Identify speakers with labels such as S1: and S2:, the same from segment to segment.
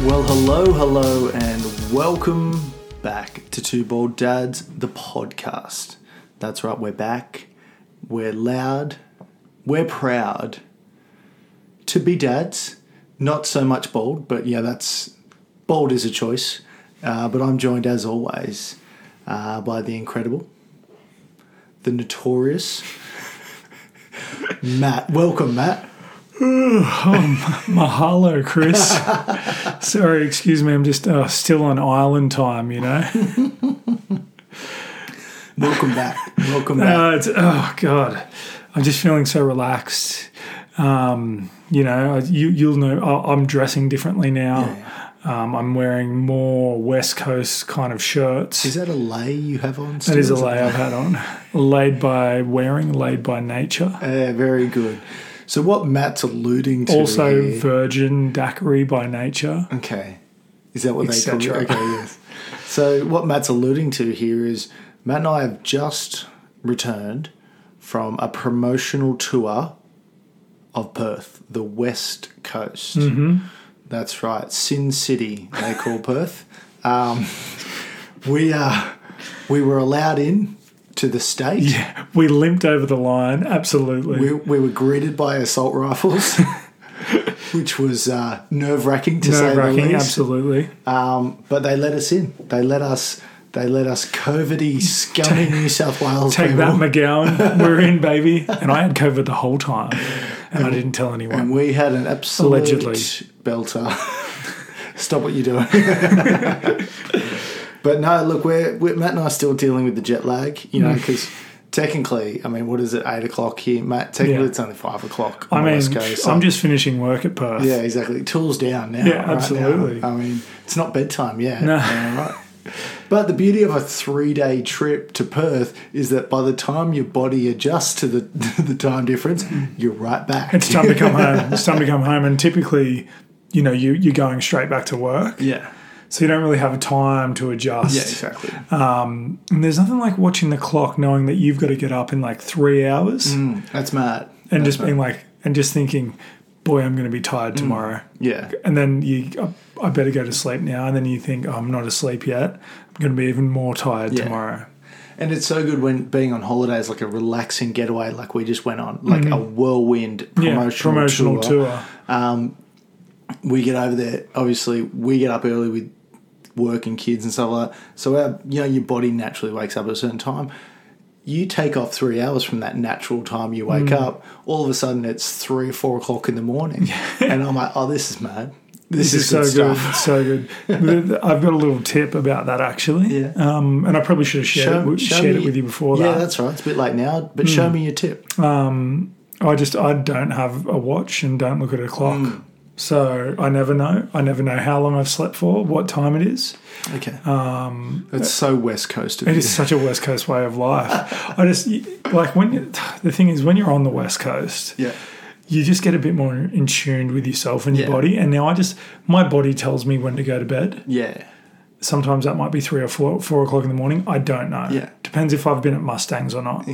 S1: Hello, hello, and welcome back to Two Bald Dads, the podcast. That's right, we're back. We're loud. We're proud to be dads. Not so much bald, but yeah, that's bald is a choice. Uh, but I'm joined as always uh, by the incredible, the notorious Matt. Welcome, Matt.
S2: Mahalo, Chris. Sorry, excuse me. I'm just uh, still on island time, you know.
S1: Welcome back. Welcome back.
S2: Uh, it's, oh God, I'm just feeling so relaxed. Um, you know, I- you you'll know. I, I'm dressing differently now. Um, I'm wearing more West Coast kind of shirts.
S1: Is that a lay you have on?
S2: That is a lay I've had on. laid by wearing, laid by nature.
S1: Uh, very good. So what Matt's alluding to
S2: Also,
S1: here-
S2: virgin daiquiri by nature.
S1: okay, is that what they call it?
S2: Etc.
S1: Okay, yes. So what Matt's alluding to here is Matt and I have just returned from a promotional tour of Perth, the West Coast. That's right, Sin City they call Perth. Um, we uh, we were allowed in to the state.
S2: We limped over the line. Absolutely.
S1: We, we were greeted by assault rifles, which was uh, nerve wracking to say the
S2: Nerve-wracking,
S1: least.
S2: absolutely.
S1: Um, but they let us in. They let us. They let us covidy scummy New South Wales
S2: Take
S1: people.
S2: that, McGowan. We're in, baby. And I had COVID the whole time, and I didn't tell anyone.
S1: and we had an absolute
S2: Allegedly.
S1: belter. Stop what you're doing. but no, look, we're, we're Matt and I are still dealing with the jet lag. You know,
S2: Mm.
S1: because technically, I mean, what is it? Eight o'clock here, Matt. Technically,
S2: Yeah.
S1: it's only five o'clock.
S2: I
S1: on the
S2: mean,
S1: West Coast, so-
S2: I'm just finishing work at Perth.
S1: Yeah, exactly. Tools down now.
S2: Yeah,
S1: right now.
S2: absolutely.
S1: I mean, it's not bedtime yet.
S2: No.
S1: Yeah, right. But the beauty of a three-day trip to Perth is that by the time your body adjusts to the the time difference, you're right back.
S2: It's time to come home. It's time to come home. And typically, you know, you, you're going straight back to work.
S1: yeah.
S2: So you don't really have time to adjust.
S1: Yeah, exactly.
S2: And there's nothing like watching the clock, knowing that you've got to get up in like three hours
S1: Mm, Hmm, That's Matt.
S2: and just being like, and just thinking, boy, I'm going to be tired tomorrow.
S1: Yeah.
S2: and then you I- I better go to sleep now and then you think oh, I'm not asleep yet I'm going to be even more tired
S1: Yeah.
S2: tomorrow
S1: And it's so good when being on holidays, like a relaxing getaway, like we just went on, like a whirlwind promotional,
S2: Mm-hmm. yeah promotional tour,
S1: we get over there. Obviously, we get up early with work and kids and stuff like that. So our, you know, your body naturally wakes up at a certain time. You take off three hours from that natural time you wake
S2: Mm.
S1: up. All of a sudden, it's three or four o'clock in the morning, and I'm like, "Oh, this is mad. This,
S2: This is so good, so good. The- the- I've got a little tip about that actually,
S1: Yeah.
S2: um, and I probably should have shared, it, with- shared it with you before
S1: yeah,
S2: that. Mm.
S1: that's right. It's a bit late now, but show me your tip.
S2: I just I don't have a watch and don't look at a clock,
S1: Hmm.
S2: so I never know. I never know how long I've slept for, what time it is.
S1: Okay, um, it's so West Coast. Of
S2: uh, It
S1: you.
S2: is such a West Coast way of life. I just like when you, the thing is when you're on the West Coast,
S1: Yeah,
S2: you just get a bit more in tune with yourself and your
S1: Yeah.
S2: body. And now I just, my body tells me when to go to bed.
S1: yeah,
S2: Sometimes that might be three or four, four o'clock in the morning. I don't know.
S1: Yeah.
S2: Depends if I've been at Mustangs or not.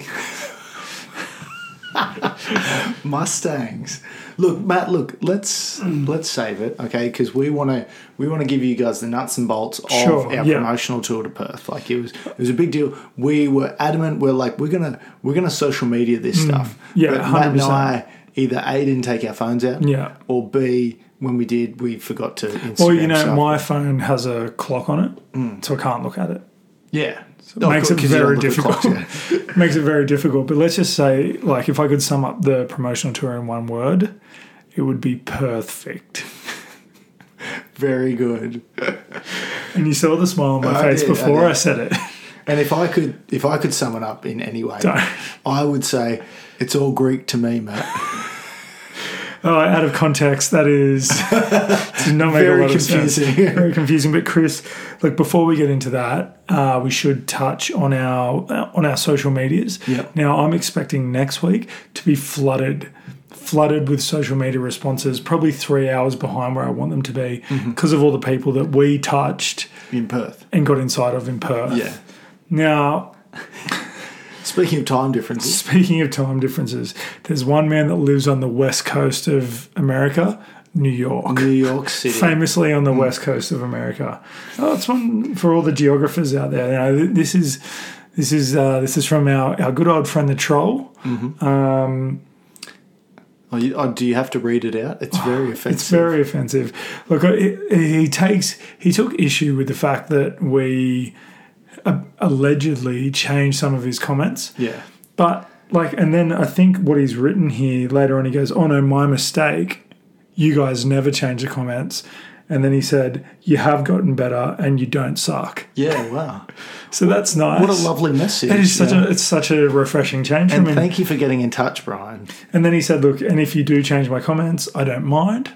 S1: Mustangs. Look, Matt. Look, let's
S2: Mm.
S1: let's save it, okay? Because we want to we want to give you guys the nuts and bolts of
S2: Sure,
S1: our
S2: yeah.
S1: promotional tour to Perth. Like it was it was a big deal. We were adamant. We're like we're gonna we're gonna social media this stuff.
S2: Mm. yeah,
S1: But Matt and
S2: 100%.
S1: I either a didn't take our phones out,
S2: Yeah.
S1: or b when we did we forgot to. Instagram
S2: Or, you know,
S1: stuff.
S2: my phone has a clock on it, so I can't look at it.
S1: yeah good,
S2: It makes it
S1: Mm. Oh, 'cause you don't look
S2: very
S1: at
S2: difficult.
S1: clocks, yeah.
S2: makes it very difficult. But let's just say, like, if I could sum up the promotional tour in one word, it would be perfect.
S1: Very good.
S2: And you saw the smile on my
S1: I
S2: face
S1: did, I
S2: before
S1: did.
S2: I said it.
S1: And if I could, if I could sum it up in any way,
S2: Don't.
S1: I would say it's all Greek to me, Matt.
S2: Oh, out of context, that is did not make
S1: Very
S2: a lot of sense.
S1: confusing.
S2: Very confusing. But Chris, look, before we get into that, uh, we should touch on our uh, on our social medias.
S1: Yep.
S2: Now, I'm expecting next week to be flooded, flooded with social media responses. Probably three hours behind where I want them to be
S1: Mm-hmm.
S2: because of all the people that we touched
S1: in Perth.
S2: and got inside of in Perth. Now,
S1: Speaking of time differences,
S2: Speaking of time differences, there's one man that lives on the west coast of America New York.
S1: New York City.
S2: famously on the west coast of America. Oh, it's one for all the geographers out there. You know, th- this is this is uh, this is from our, our good old friend the troll.
S1: Oh, you, oh, do you have to read it out? It's very offensive.
S2: It's very offensive. Look, uh, he, he takes he took issue with the fact that we a- allegedly changed some of his comments.
S1: yeah.
S2: But like, and then I think what he's written here later on, he goes, "Oh no, my mistake. You guys never change the comments." And then he said, "You have gotten better, and you don't suck."
S1: Yeah, wow.
S2: So that's nice.
S1: What a lovely message.
S2: It is such
S1: yeah.
S2: a it's such a refreshing change
S1: And
S2: from him.
S1: thank you for getting in touch, Brian.
S2: and then he said, "Look, and if you do change my comments, I don't mind."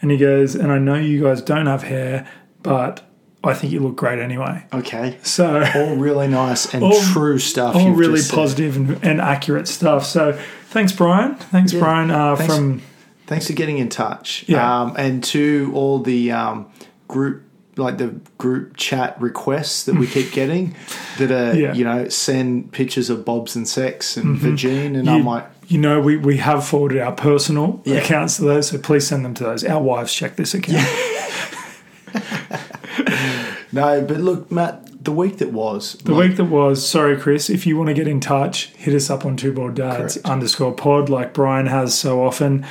S2: And he goes, "And I know you guys don't have hair, but I think you look great anyway."
S1: Okay.
S2: So
S1: All really nice and
S2: All-
S1: true stuff.
S2: all
S1: you've
S2: really
S1: just said.
S2: positive and, and accurate stuff. So thanks, Brian. Thanks, Brian. Uh,
S1: Thanks.
S2: From
S1: Thanks for getting in touch.
S2: Yeah.
S1: Um, and to all the um, group, like the group chat requests that we keep getting that are,
S2: Yeah. Mm-hmm.
S1: you know, send pictures of Bob's and Sex and Virgin. And
S2: you,
S1: I'm like,
S2: you know, we, we have forwarded our personal
S1: Yeah.
S2: accounts to those, so please send them to those. Our wives check this account.
S1: no, but look, Matt, the week that was.
S2: The week that was, sorry, Chris, if you want to get in touch, hit us up on two ball dads
S1: Correct.
S2: underscore pod, like Brian has so often,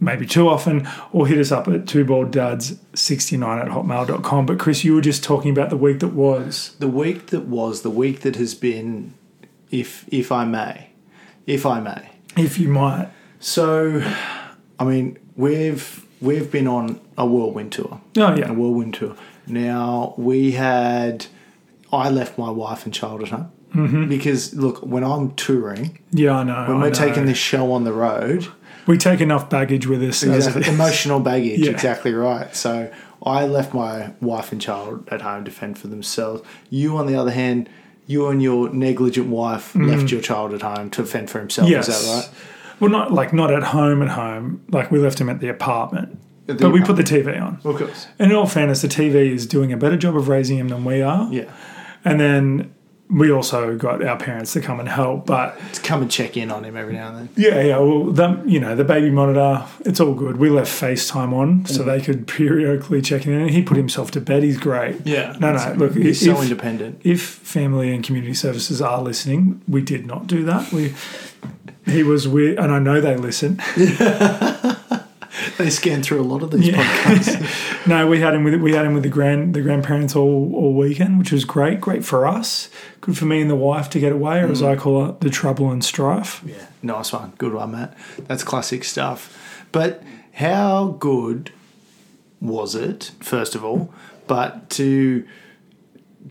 S2: maybe too often, or hit us up at two ball dads 69 at hotmail.com. But Chris, you were just talking about the week that was.
S1: the week that was, the week that has been, if if I may, if I may.
S2: If you might.
S1: So, I mean, we've we've been on a whirlwind tour.
S2: Oh, yeah.
S1: a whirlwind tour. Now we had, I left my wife and child at home
S2: Mm-hmm.
S1: because look, when I'm touring,
S2: Yeah, I know.
S1: when
S2: I
S1: we're
S2: know.
S1: taking this show on the road,
S2: we take enough baggage with us. as
S1: exactly,
S2: it is.
S1: emotional baggage,
S2: Yeah.
S1: exactly right. So I left my wife and child at home to fend for themselves. You, on the other hand. You and your negligent wife left your child at home to fend for himself.
S2: Mm. Yes.
S1: Is that right?
S2: Well, not like not at home, at home. Like we left him at the apartment,
S1: At the
S2: but we put the TV on.
S1: Of course.
S2: In all fairness, the TV is doing a better job of raising him than we are.
S1: Yeah.
S2: And then we also got our parents to come and help. But
S1: To come and check in on him every now and then.
S2: yeah, yeah, well, the, you know, the baby monitor, it's all good. We left FaceTime on so they could periodically check in. And he put himself to bed. He's great.
S1: Yeah.
S2: No, no, look,
S1: He's
S2: if-
S1: so independent.
S2: If family and community services are listening, we did not do that. We. He was weird, and I know they listen.
S1: They scan through a lot of these podcasts.
S2: No, we had him with we had him with the grand the grandparents all all weekend, which was great. Great for us, good for me and the wife to get away, or as I call it, the trouble and strife.
S1: Mm. Yeah, nice one. Good one, Matt. That's classic stuff. But how good was it, first of all, but to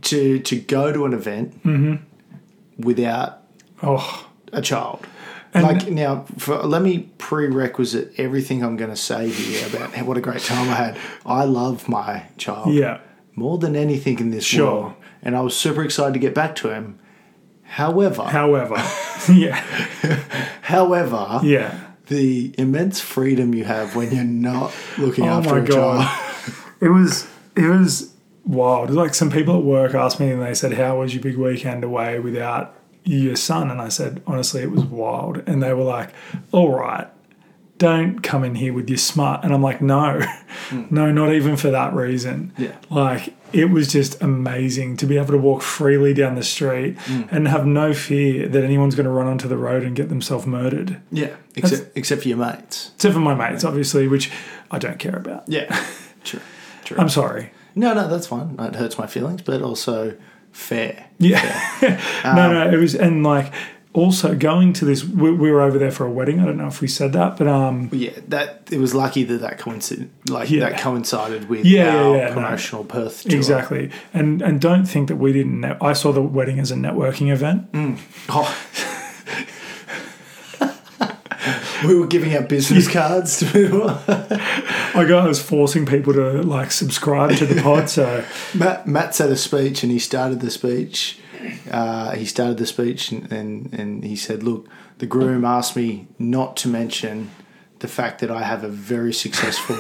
S1: to to go to an event
S2: Mm-hmm.
S1: without
S2: Oh,
S1: a child? like now, for, let me prerequisite everything I'm going to say here about what a great time I had. I love my child
S2: yeah.
S1: more than anything in this
S2: Sure.
S1: world, and I was super excited to get back to him. However,
S2: However, yeah,
S1: however,
S2: yeah.
S1: the immense freedom you have when you're not looking
S2: Oh
S1: after
S2: my
S1: a child.
S2: god, it was it was wild. Like some people at work asked me, and they said, "How was your big weekend away without your son?" And I said, "Honestly, it was wild." And they were like, "All right." Don't come in here with your smart. And I'm like, no, no, not even for that reason.
S1: Yeah.
S2: Like, it was just amazing to be able to walk freely down the street and have no fear that anyone's going to run onto the road and get themselves murdered.
S1: Yeah, except except for your mates.
S2: Except for my mates, obviously, which I don't care about.
S1: Yeah, true, true.
S2: I'm sorry.
S1: no, no, that's fine. It hurts my feelings, but also fair.
S2: Yeah. no, no, it was, and like also going to this, we, we were over there for a wedding. I don't know if we said that, but um,
S1: Yeah, that it was lucky that that coincided. Like
S2: Yeah.
S1: that coincided with
S2: Yeah,
S1: our
S2: yeah, yeah, no.
S1: promotional Perth tour.
S2: exactly. And and don't think that we didn't. Net- I saw the wedding as a networking event.
S1: Oh. we were giving out business cards to people.
S2: I go, I was forcing people to like subscribe to the pod. So
S1: Matt, Matt said a speech and he started the speech. Uh, he started the speech and, and, and he said, Look, the groom asked me not to mention the fact that I have a very successful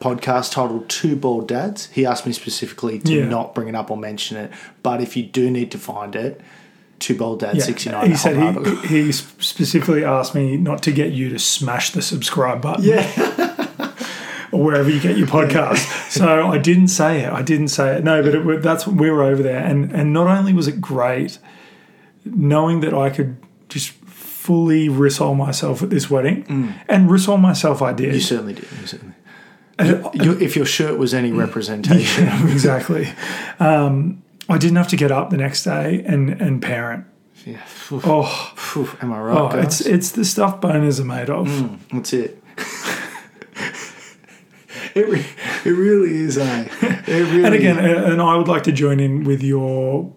S1: podcast titled Two Bald Dads. He asked me specifically to
S2: Yeah.
S1: not bring it up or mention it. But if you do need to find it, Two Bald Dads
S2: yeah.
S1: 69.
S2: he said
S1: Hotmail dot com.
S2: he, he specifically asked me not to get you to smash the subscribe button.
S1: Yeah.
S2: or wherever you get your podcast. so I didn't say it. I didn't say it. No, but it, wa- that's we were over there, and and not only was it great, knowing that I could just fully risole myself at this wedding, and risole myself I did.
S1: Mm. You certainly did. You certainly. Your- if your shirt was any representation,
S2: Mm. Yeah, exactly. Um, I didn't have to get up the next day and and parent.
S1: yeah. Phew,
S2: Oh,
S1: phew, am I right?
S2: oh
S1: guys?
S2: it's it's the stuff boners are made of.
S1: That's it. it, re- it really is, eh? It really
S2: And again, a- and I would like to join in with your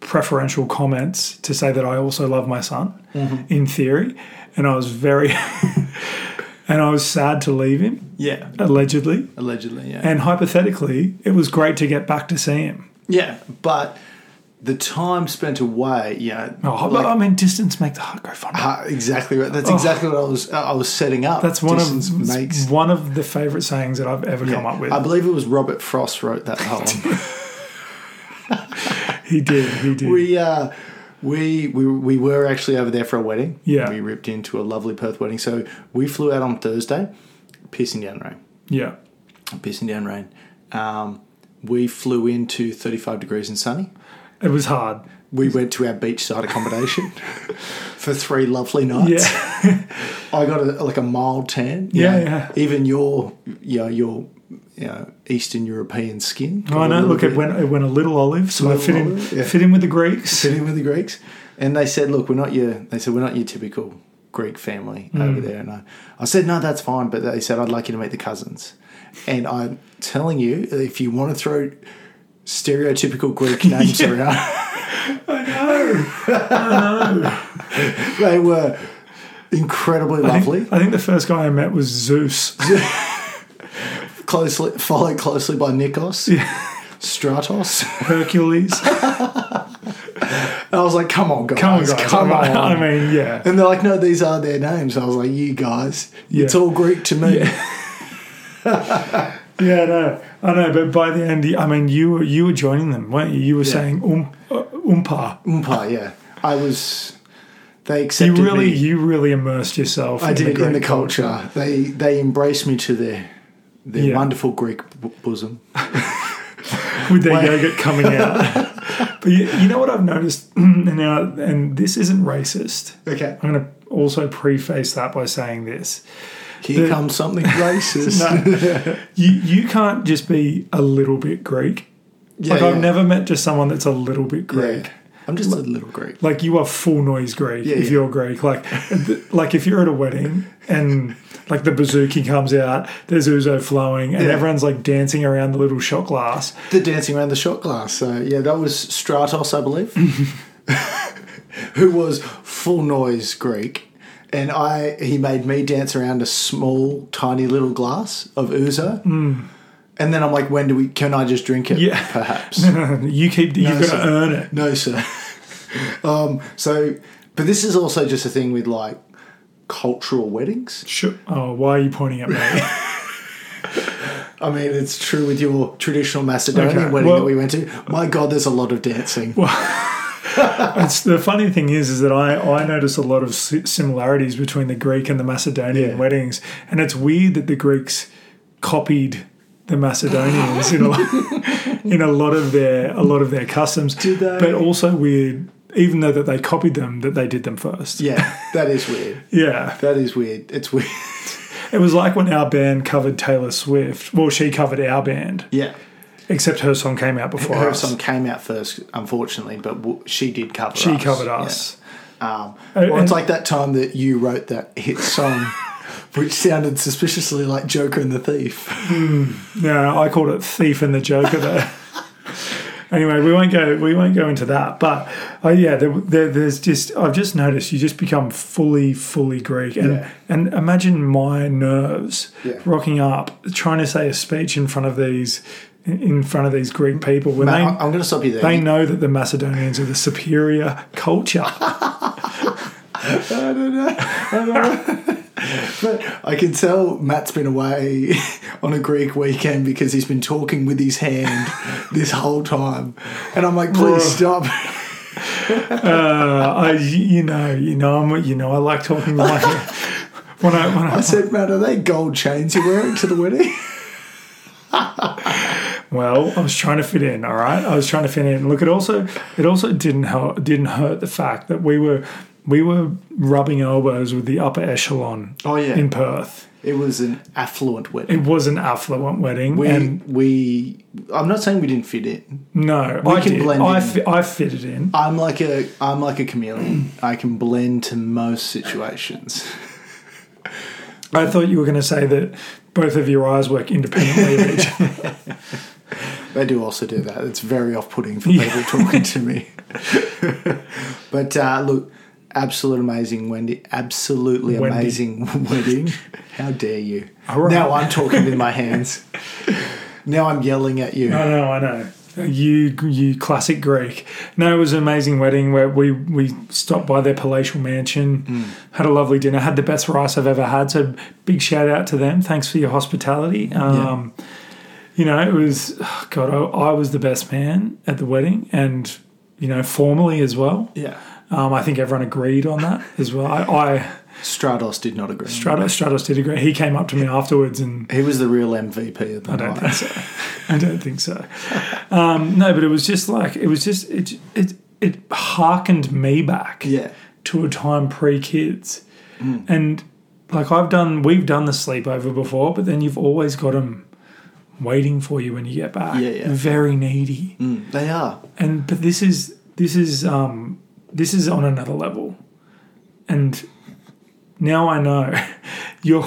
S2: preferential comments to say that I also love my son
S1: Mm-hmm.
S2: in theory, and I was very and I was sad to leave him
S1: yeah,
S2: allegedly,
S1: allegedly, yeah.
S2: and hypothetically, it was great to get back to see him.
S1: yeah, but the time spent away, yeah,
S2: Oh, but I mean, distance make the heart go fonder.
S1: Ah, exactly right. That's exactly what I was. I was setting up.
S2: That's one
S1: Distance
S2: of
S1: makes. Um,
S2: one of the favorite sayings that I've ever come up with.
S1: I believe it was Robert Frost wrote that poem.
S2: he did, he did.
S1: we, uh, we we we were actually over there for a wedding.
S2: Yeah.
S1: we ripped into a lovely Perth wedding. So we flew out on Thursday, pissing down rain,
S2: yeah,
S1: pissing down rain. Um, we flew into thirty-five degrees and sunny.
S2: it was hard.
S1: We went to our beachside accommodation for three lovely nights.
S2: Yeah,
S1: I got a, like a mild tan. you
S2: Yeah,
S1: know.
S2: yeah.
S1: Even your, you know, your, you know, Eastern European skin.
S2: Oh, I know. Look, it
S1: at
S2: went it went a little olive, so I
S1: Little
S2: fit in
S1: olive, yeah.
S2: fit in with the Greeks.
S1: in with the Greeks, and they said, "Look, we're not your." They said, "We're not your typical Greek family
S2: Hmm.
S1: over there." And I, I said, "No, that's fine," but they said, "I'd like you to meet the cousins," and I'm telling you, if you want to throw stereotypical Greek names around, I know, I know, they were incredibly lovely.
S2: I think the first guy I met was Zeus.
S1: closely followed closely by Nikos, Stratos.
S2: Hercules.
S1: And I was like, "Come on, guys,
S2: Come on, guys.
S1: come
S2: I,
S1: on!"
S2: mean, I mean, yeah.
S1: and they're like, "No, these are their names." I was like, "You guys, it's
S2: Yeah.
S1: all Greek to me."
S2: Yeah, I know. I know, but by the end, I mean, you were, you were joining them, weren't you? You were saying um, uh, umpa.
S1: Umpa, yeah. I was. They
S2: You
S1: accepted
S2: really,
S1: me.
S2: you really immersed yourself.
S1: I did in the
S2: Greek
S1: culture. They they embraced me to their their
S2: Yeah.
S1: wonderful Greek b- bosom.
S2: with their yogurt coming out. but you, you know what I've noticed, and now, and this isn't racist.
S1: Okay,
S2: I'm going to also preface that by saying this:
S1: here comes something racist.
S2: you you can't just be a little bit Greek.
S1: yeah,
S2: like
S1: yeah.
S2: I've never met just someone that's a little bit
S1: Yeah.
S2: Greek.
S1: I'm just a little Greek.
S2: Like you are full noise Greek if
S1: yeah.
S2: you're Greek. Like, th- like if you're at a wedding and like the bazooki comes out, there's ouzo flowing, and
S1: Yeah.
S2: everyone's like dancing around the little shot glass.
S1: The dancing around the shot glass. So yeah, that was Stratos, I believe, who was full noise Greek, and I he made me dance around a small, tiny little glass of ouzo, and then I'm like, when do we? Can I just drink it?
S2: Mm. Yeah.
S1: perhaps.
S2: you keep you've got to
S1: sir.
S2: earn it.
S1: no, sir. um, so, but this is also just a thing with like cultural weddings.
S2: Sure. Oh, why are you pointing at me?
S1: I mean, it's true with your traditional Macedonian
S2: Okay,
S1: wedding that
S2: well-
S1: we went to. My God, there's a lot of dancing.
S2: It's the funny thing is, is that I I notice a lot of si- similarities between the Greek and the Macedonian
S1: Yeah.
S2: weddings, and it's weird that the Greeks copied the Macedonians in a lot, in a lot of their a lot of their customs.
S1: Did they?
S2: But also weird, even though that they copied them, that they did them first.
S1: yeah, that is weird.
S2: Yeah.
S1: That is weird. It's weird.
S2: It was like when our band covered Taylor Swift. Well, she covered our band,
S1: Yeah.
S2: except her song came out before
S1: Her
S2: us.
S1: song came out first, unfortunately, but w- she did cover
S2: she
S1: us.
S2: covered us.
S1: Yeah. Um,
S2: And-
S1: well,
S2: and-
S1: it's like that time that you wrote that hit song, which sounded suspiciously like Joker and the Thief.
S2: No, I called it Thief and the Joker though. anyway, we won't go we won't go into that. But uh, yeah, there, there, there's just I've just noticed you just become fully fully Greek and
S1: Yeah.
S2: and imagine my nerves
S1: Yeah.
S2: rocking up trying to say a speech in front of these in front of these Greek people when
S1: I-
S2: they
S1: I'm going to stop you there.
S2: they know that the Macedonians are the superior culture.
S1: I don't know. I don't know. but I can tell Matt's been away on a Greek weekend because he's been talking with his hand this whole time. And I'm like, please stop.
S2: Uh, I, you know, you know, I'm, you know, I like talking like when I when I
S1: I said, Matt, are they gold chains you're wearing to the wedding?
S2: Well, I was trying to fit in. All right, I was trying to fit in. Look, it also it also didn't help, didn't hurt the fact that we were we were rubbing elbows with the upper echelon.
S1: Oh, yeah.
S2: in Perth,
S1: It was an affluent wedding.
S2: it was an affluent wedding,
S1: We,
S2: and
S1: we, I'm not saying we didn't fit in.
S2: no,
S1: we
S2: I
S1: can
S2: did.
S1: blend
S2: I
S1: in.
S2: fi- I fitted in.
S1: I'm like a, I'm like a chameleon. I can blend to most situations.
S2: I thought you were going to say that both of your eyes work independently of each other.
S1: They do also do that. It's very off-putting for people talking to me. but uh, look, absolute amazing Wendy, absolutely
S2: Wendy.
S1: amazing wedding. How dare you?
S2: All right.
S1: Now I'm talking with my hands. Now I'm yelling at you.
S2: I know, I know. You, you classic Greek. No, it was an amazing wedding where we we stopped by their palatial mansion, had a lovely dinner, had the best rice I've ever had. So big shout out to them. Thanks for your hospitality. Um, You know, it was oh, God. I, I was the best man at the wedding, and you know, formally as well.
S1: Yeah.
S2: Um, I think everyone agreed on that as well. I, I
S1: Stratos did not agree.
S2: Stratos, Stratos did agree. He came up to me afterwards and
S1: he was the real MVP of the
S2: I don't
S1: night.
S2: think so. I don't think so. Um, no, but it was just like it was just it it it harkened me back
S1: Yeah.
S2: to a time pre kids, and like I've done, we've done the sleepover before, but then you've always got them waiting for you when you get back.
S1: Yeah, yeah.
S2: Very needy,
S1: Mm, they are.
S2: and but this is this is um this is on another level, and now I know your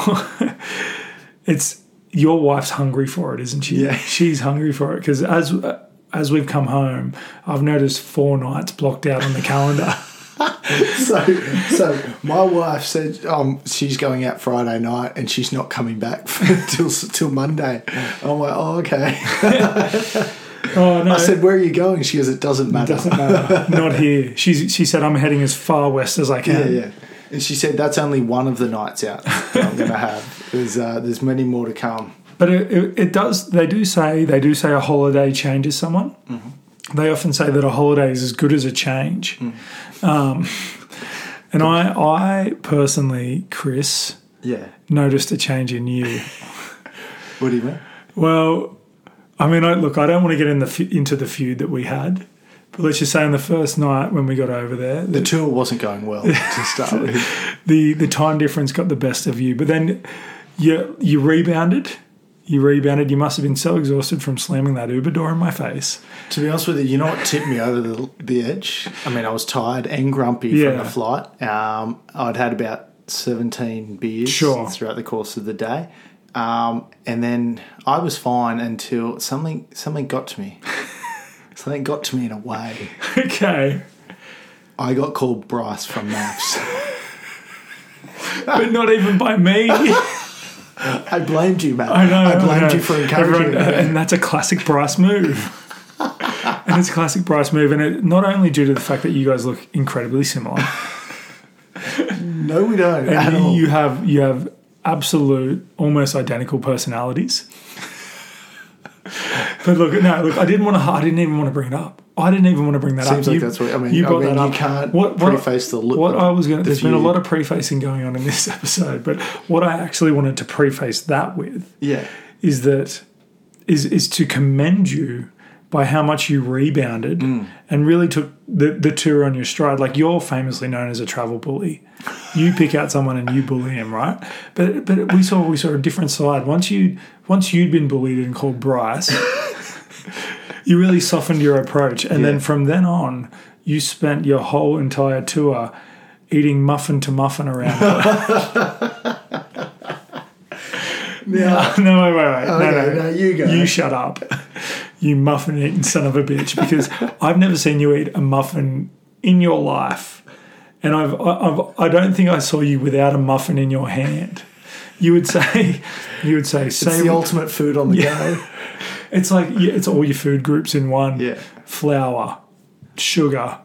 S2: it's your wife's hungry for it, isn't she?
S1: Yeah.
S2: she's hungry for it because as as we've come home, I've noticed four nights blocked out on the calendar.
S1: So, so my wife said um, she's going out Friday night and she's not coming back till till Monday. I'm like, oh okay.
S2: oh no.
S1: I said, where are you going? She goes, it doesn't matter.
S2: doesn't matter. Not here. She's, she said, I'm heading as far west as I
S1: yeah,
S2: can.
S1: yeah. And she said, that's only one of the nights out that I'm going to have. There's, uh, there's many more to come.
S2: But it, it, it does. They do say they do say a holiday changes someone. They often say that a holiday is as good as a change. Um, and I, I personally, Chris,
S1: Yeah.
S2: noticed a change in you.
S1: What do you mean?
S2: Well, I mean, I, look, I don't want to get in the fe- into the feud that we had. But let's just say on the first night when we got over there,
S1: The tour wasn't going well to start with.
S2: the the time difference got the best of you. But then you you rebounded. You rebounded. You must have been so exhausted from slamming that Uber door in my face.
S1: To be honest with you, you know what tipped me over the, the edge? I mean, I was tired and grumpy
S2: Yeah.
S1: from the flight. Um, I'd had about 17 beers
S2: Sure.
S1: throughout the course of the day. Um, and then I was fine until something something got to me. something got to me in a way.
S2: okay,
S1: I got called Bryce from Maps.
S2: but not even by me. I
S1: I blamed you, mate.
S2: know.
S1: I blamed
S2: know.
S1: you for encouraging me.
S2: Everyone- and that's a classic Bryce move. and it's a classic Bryce move, and it, not only due to the fact that you guys look incredibly similar,
S1: No, we don't. at
S2: and
S1: all.
S2: you have you have absolute almost identical personalities. but look, no, look, I didn't want to. I didn't even want to bring it up. I didn't even want to bring that
S1: Seems
S2: up.
S1: like that's what- I mean, I mean, you can't preface the look-
S2: What I was going. to
S1: the
S2: There's been a
S1: view.
S2: lot of prefacing going on in this episode, but what I actually wanted to preface that with
S1: yeah.
S2: is that is is to commend you by how much you rebounded and really took the, the tour on your stride. Like you're famously known as a travel bully. You pick out someone and you bully him, right? But but we saw we saw a different side. Once you once you'd been bullied and called Bryce, you really softened your approach. And then
S1: Yeah.
S2: from then on, you spent your whole entire tour eating muffin to muffin around.
S1: Yeah.
S2: no, wait, wait, wait.
S1: Okay,
S2: no, no.
S1: now you go.
S2: You shut up. You muffin eating son of a bitch. Because I've never seen you eat a muffin in your life. And I've, I- I've, I don't think I saw you without a muffin in your hand. You would say, you would say,
S1: It's
S2: say
S1: the ultimate food on the go.
S2: it's like yeah, it's all your food groups in one.
S1: Yeah.
S2: Flour, sugar,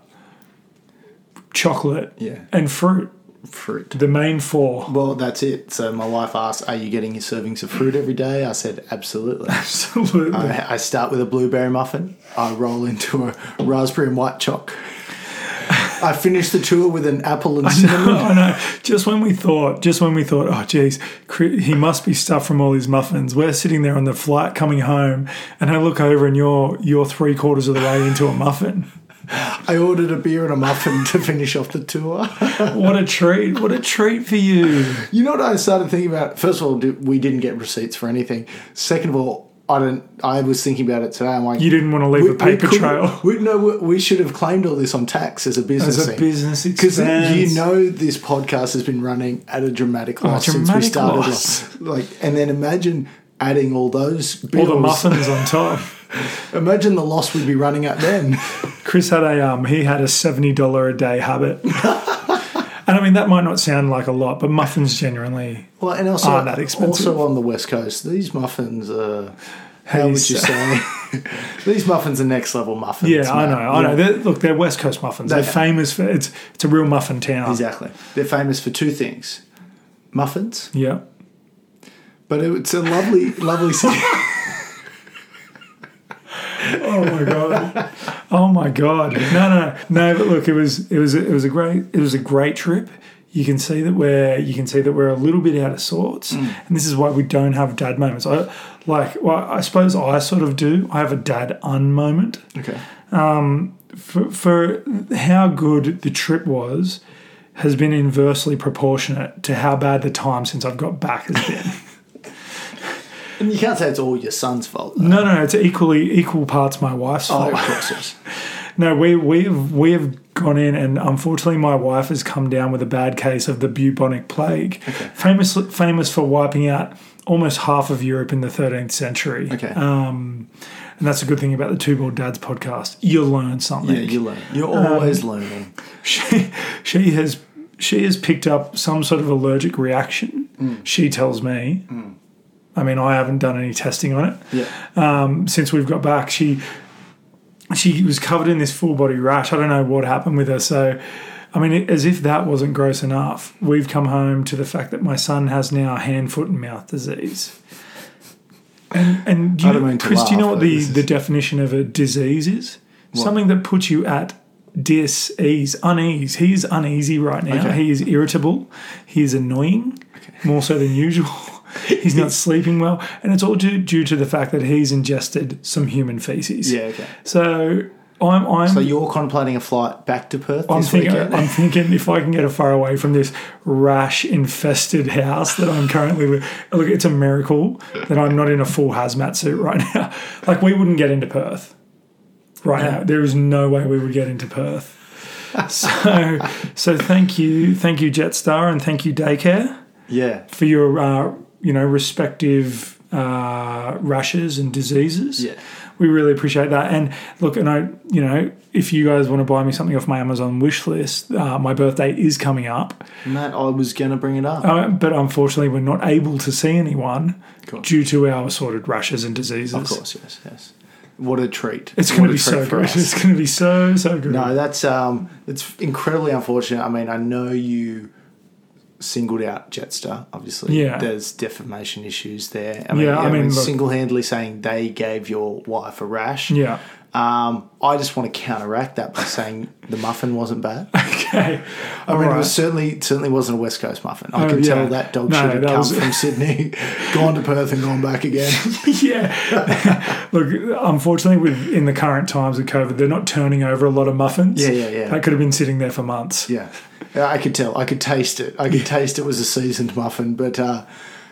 S2: chocolate,
S1: Yeah.
S2: and fruit.
S1: Fruit.
S2: The main four.
S1: Well, that's it. So my wife asked, "Are you getting your servings of fruit every day?" I said, "Absolutely."
S2: Absolutely.
S1: I, I start with a blueberry muffin. I roll into a raspberry and white chalk. I finished the tour with an apple and cinnamon.
S2: I know. Just when we thought, just when we thought, oh, geez, Chri- he must be stuffed from all these muffins. We're sitting there on the flight coming home, and I look over, and you're you're three quarters of the way into a muffin.
S1: I ordered a beer and a muffin to finish off the tour.
S2: What a treat! What a treat for you.
S1: You know what I started thinking about? First of all, do- we didn't get receipts for anything. Second of all, I don't. I was thinking about it today. I'm like,
S2: You didn't want to leave a paper
S1: couldn't-
S2: trail
S1: We, no, we, we should have claimed all this on tax as a business.
S2: as a
S1: thing.
S2: business
S1: Because
S2: expense. Oh,
S1: you know this podcast has been running at a dramatic loss since
S2: dramatic
S1: we started.
S2: loss.
S1: Like, and then imagine adding all those bills.
S2: all the muffins on top.
S1: Imagine the loss we'd be running at then.
S2: Chris had a um, he had a seventy dollar a day habit, and I mean that might not sound like a lot, but muffins genuinely.
S1: Well, and also,
S2: Aren't that Oh, expensive.
S1: also on the west coast, these muffins are. How would
S2: These-
S1: you say? these muffins are next level muffins.
S2: Yeah, I
S1: mate.
S2: know, I
S1: Yeah.
S2: know. They're, look, they're West Coast muffins. They're
S1: They-
S2: famous for it's it's a real muffin town.
S1: Exactly. They're famous for two things: muffins,
S2: Yeah.
S1: but it's a lovely, lovely city.
S2: Oh my god. oh my god. No, no, no. But look, it was it was it was a great it was a great trip. You can see that we're you can see that we're a little bit out of sorts,
S1: Mm.
S2: and this is why we don't have dad moments. I like well, I suppose I sort of do. I have a dad un moment.
S1: okay.
S2: for, for how good the trip was has been inversely proportionate to how bad the time since I've got back has been.
S1: And you can't say it's all your son's fault. Though.
S2: no, no, it's equally equal parts my wife's
S1: Oh,
S2: fault.
S1: of course it is.
S2: No, we we've we've gone in, and unfortunately, my wife has come down with a bad case of the bubonic plague, famous famous for wiping out almost half of Europe in the 13th century.
S1: Okay.
S2: Um, and that's a good thing about the Two Bald Dads podcast. You learn something.
S1: Yeah, you learn. You're
S2: um,
S1: always learning.
S2: she she has she has picked up some sort of allergic reaction.
S1: Mm.
S2: She tells me. I mean, I haven't done any testing on it
S1: Yeah.
S2: um, since we've got back. She she was covered in this full body rash. I don't know what happened with her. So, I mean, it, as if that wasn't gross enough, we've come home to the fact that my son has now hand, foot, and mouth disease. And and do
S1: I
S2: you,
S1: don't mean to
S2: Chris, do you
S1: laugh,
S2: know what
S1: but
S2: the
S1: this is-
S2: the definition of a disease is? Something that puts you at dis-ease, unease. He is uneasy right now.
S1: Okay.
S2: He is irritable. He is annoying, more so than usual. he's not sleeping well, and it's all due, due to the fact that he's ingested some human feces.
S1: Yeah, okay.
S2: So I'm I'm
S1: So you're contemplating a flight back to Perth
S2: I'm
S1: this
S2: thinking,
S1: weekend?
S2: I'm thinking if I can get as far away from this rash infested house that I'm currently li- Look, it's a miracle that I'm not in a full hazmat suit right now. Like, we wouldn't get into Perth right now. There is no way we would get into Perth. So, so thank you, thank you, Jetstar, and thank you, Daycare,
S1: yeah.
S2: for your, uh, you know, respective uh, rashes and diseases
S1: Yeah.
S2: we really appreciate that. And look, and I, you know, if you guys want to buy me something off my Amazon wish list, uh, my birthday is coming up,
S1: Matt, I was going to bring it up.
S2: uh, but unfortunately, we're not able to see anyone
S1: Cool.
S2: due to our assorted rashes and diseases.
S1: of course, yes, yes. What a treat.
S2: It's
S1: What
S2: going
S1: a
S2: to be
S1: treat
S2: so
S1: for
S2: good.
S1: us.
S2: It's going to be so so good.
S1: No, that's um, it's incredibly unfortunate. I mean, I know you singled out Jetstar. Obviously,
S2: Yeah.
S1: There's defamation issues there. I mean,
S2: Yeah, I mean, look-
S1: single-handedly saying they gave your wife a rash.
S2: Yeah.
S1: Um, I just want to counteract that by saying the muffin wasn't bad.
S2: Okay.
S1: I mean,
S2: All
S1: it
S2: right.
S1: was certainly certainly wasn't a West Coast muffin. I
S2: Oh,
S1: can
S2: yeah.
S1: tell that dog
S2: No,
S1: shit had
S2: that
S1: come
S2: was-
S1: from Sydney, gone to Perth, and gone back again.
S2: yeah. Look, unfortunately, with in the current times of COVID, they're not turning over a lot of muffins.
S1: Yeah, yeah, yeah.
S2: That could have been sitting there for months.
S1: Yeah, Yeah, I could tell. I could taste it. I could taste it was a seasoned muffin, but uh,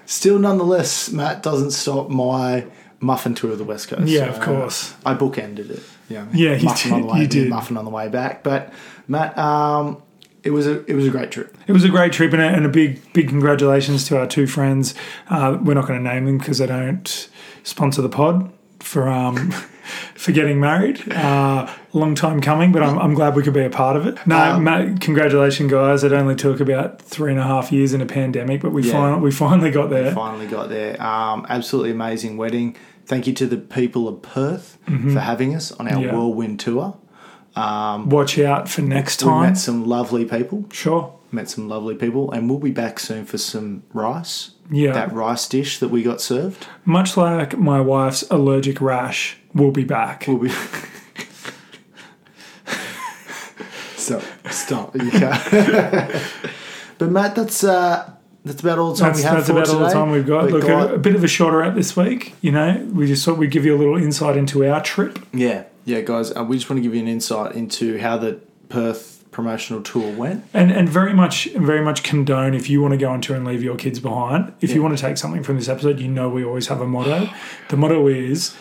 S1: still, nonetheless, Matt doesn't stop my muffin tour of the West Coast.
S2: Yeah,
S1: So, uh,
S2: of course.
S1: I bookended it. Yeah,
S2: Yeah, you
S1: muffin on the
S2: did-
S1: way
S2: you
S1: in,
S2: did.
S1: muffin on the way back. But Matt, um, it was a it was a great trip.
S2: It was a great trip and a, and a big, big congratulations to our two friends. Uh, we're not going to name them because they don't sponsor the pod for um, for getting married. Uh, long time coming, but I'm, I'm glad we could be a part of it. No,
S1: Um,
S2: Matt, congratulations, guys. It only took about three and a half years in a pandemic, but we
S1: Yeah.
S2: finally we finally got there.
S1: Finally got there. Um, absolutely amazing wedding. Thank you to the people of Perth for having us on our
S2: Mm-hmm. Yeah.
S1: whirlwind tour.
S2: Watch out for next
S1: We
S2: time.
S1: met some lovely people.
S2: Sure.
S1: met some lovely people, and we'll be back soon for some rice.
S2: Yeah.
S1: That rice dish that we got served.
S2: Much like my wife's allergic rash, we'll be back.
S1: We'll be. so, Stop. You can't. but Matt, that's uh, that's about all the time
S2: That's,
S1: we have
S2: that's
S1: for
S2: about
S1: today.
S2: all the time we've got.
S1: We've
S2: Look,
S1: got-
S2: A, a bit of a shotter out this week. You know, we just thought we'd give you a little insight into our trip.
S1: yeah, yeah, guys. Uh, we just want to give you an insight into how the Perth promotional tour went.
S2: and and very much very much condone if you want to go on tour and leave your kids behind. If you
S1: Yeah.
S2: want to take something from this episode, you know we always have a motto. The motto is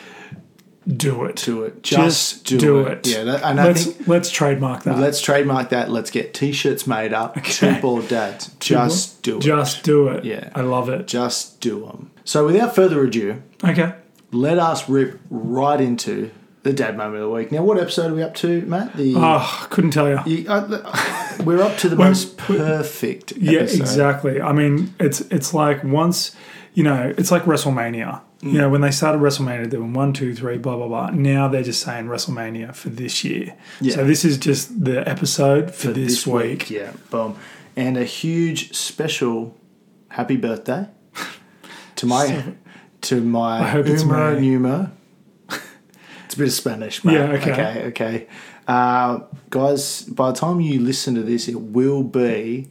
S2: do it.
S1: Do it. Just, do, it. Yeah, that, and I
S2: let's
S1: think
S2: let's trademark that.
S1: let's trademark that. Let's get t-shirts made up. Two bald dads. Just do it.
S2: Just do it.
S1: Yeah.
S2: I love it.
S1: Just do them. So without further ado,
S2: Okay.
S1: let us rip right into the dad moment of the week. Now, what episode are we up to, Matt? The
S2: Oh, couldn't tell you.
S1: you, uh, we're up to the most perfect.
S2: Yeah,
S1: episode.
S2: exactly. I mean, it's it's like once you know, it's like WrestleMania.
S1: Mm.
S2: You know, when they started WrestleMania, they were one, two, three, blah blah blah. Now they're just saying WrestleMania for this year.
S1: Yeah.
S2: So this is just the episode for, this,
S1: This
S2: week.
S1: yeah, boom, and a huge special happy birthday to my to my
S2: I hope it's
S1: Umo
S2: May.
S1: Numo. It's a bit of Spanish, mate.
S2: Yeah, okay.
S1: okay, okay. Uh, guys, by the time you listen to this, it will be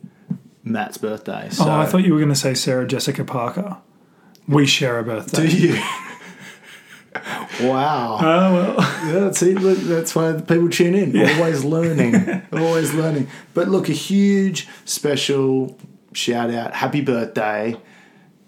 S1: Matt's birthday. So
S2: Oh, I thought you were going to say Sarah Jessica Parker. We share a
S1: Do
S2: birthday.
S1: you? wow.
S2: Oh well,
S1: Yeah, see, look, that's why the people tune in. Always learning. Always learning. But look, a huge special shout out. Happy birthday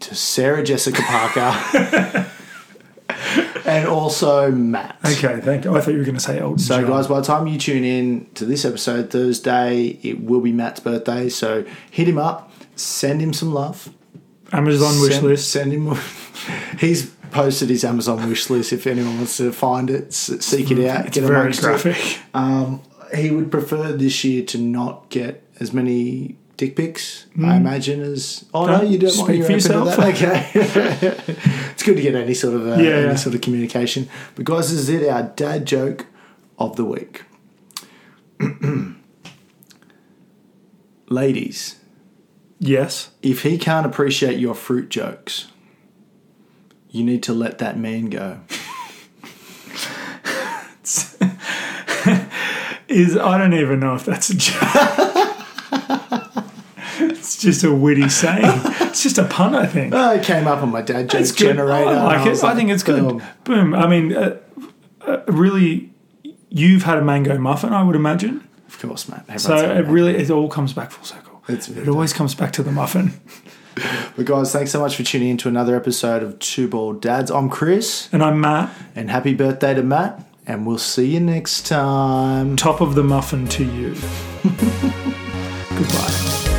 S1: to Sarah Jessica Parker and also Matt.
S2: okay. Thank you. I thought you were going to say Elton
S1: So,
S2: John.
S1: guys, by the time you tune in to this episode Thursday, it will be Matt's birthday. So, hit him up, send him some love.
S2: Amazon wish
S1: Send-
S2: list.
S1: Send him. He's posted his Amazon wish list. If anyone wants to find it, s- seek it out.
S2: Hmm. It's very
S1: amongst it.
S2: graphic.
S1: Um, he would prefer this year to not get as many dick pics, I imagine, as oh no,
S2: Hmm. Don't
S1: you don't
S2: speak
S1: want
S2: for
S1: you to that.
S2: yourself.
S1: Okay, it's good to get any sort of uh,
S2: Yeah.
S1: any sort of communication. But guys, this is it. Our dad joke of the week, ladies.
S2: Yes.
S1: If he can't appreciate your fruit jokes, you need to let that man go.
S2: Is I don't even know if that's a joke. it's just a witty saying. It's just a pun, I think.
S1: Oh, it came up on my dad joke
S2: It's good.
S1: generator. Um,
S2: I
S1: and
S2: like it.
S1: was
S2: I think it's good.
S1: "Boom."
S2: Boom. I mean, uh, uh, really, you've had a mango muffin, I would imagine.
S1: Of course, mate.
S2: So it really, it all comes back full circle.
S1: It's-
S2: it always comes back to the muffin.
S1: But guys, thanks so much for tuning in to another episode of Two Ball Dads. I'm Chris,
S2: And I'm Matt,
S1: and happy birthday to Matt. And we'll see you next time.
S2: top of the muffin to you. Goodbye.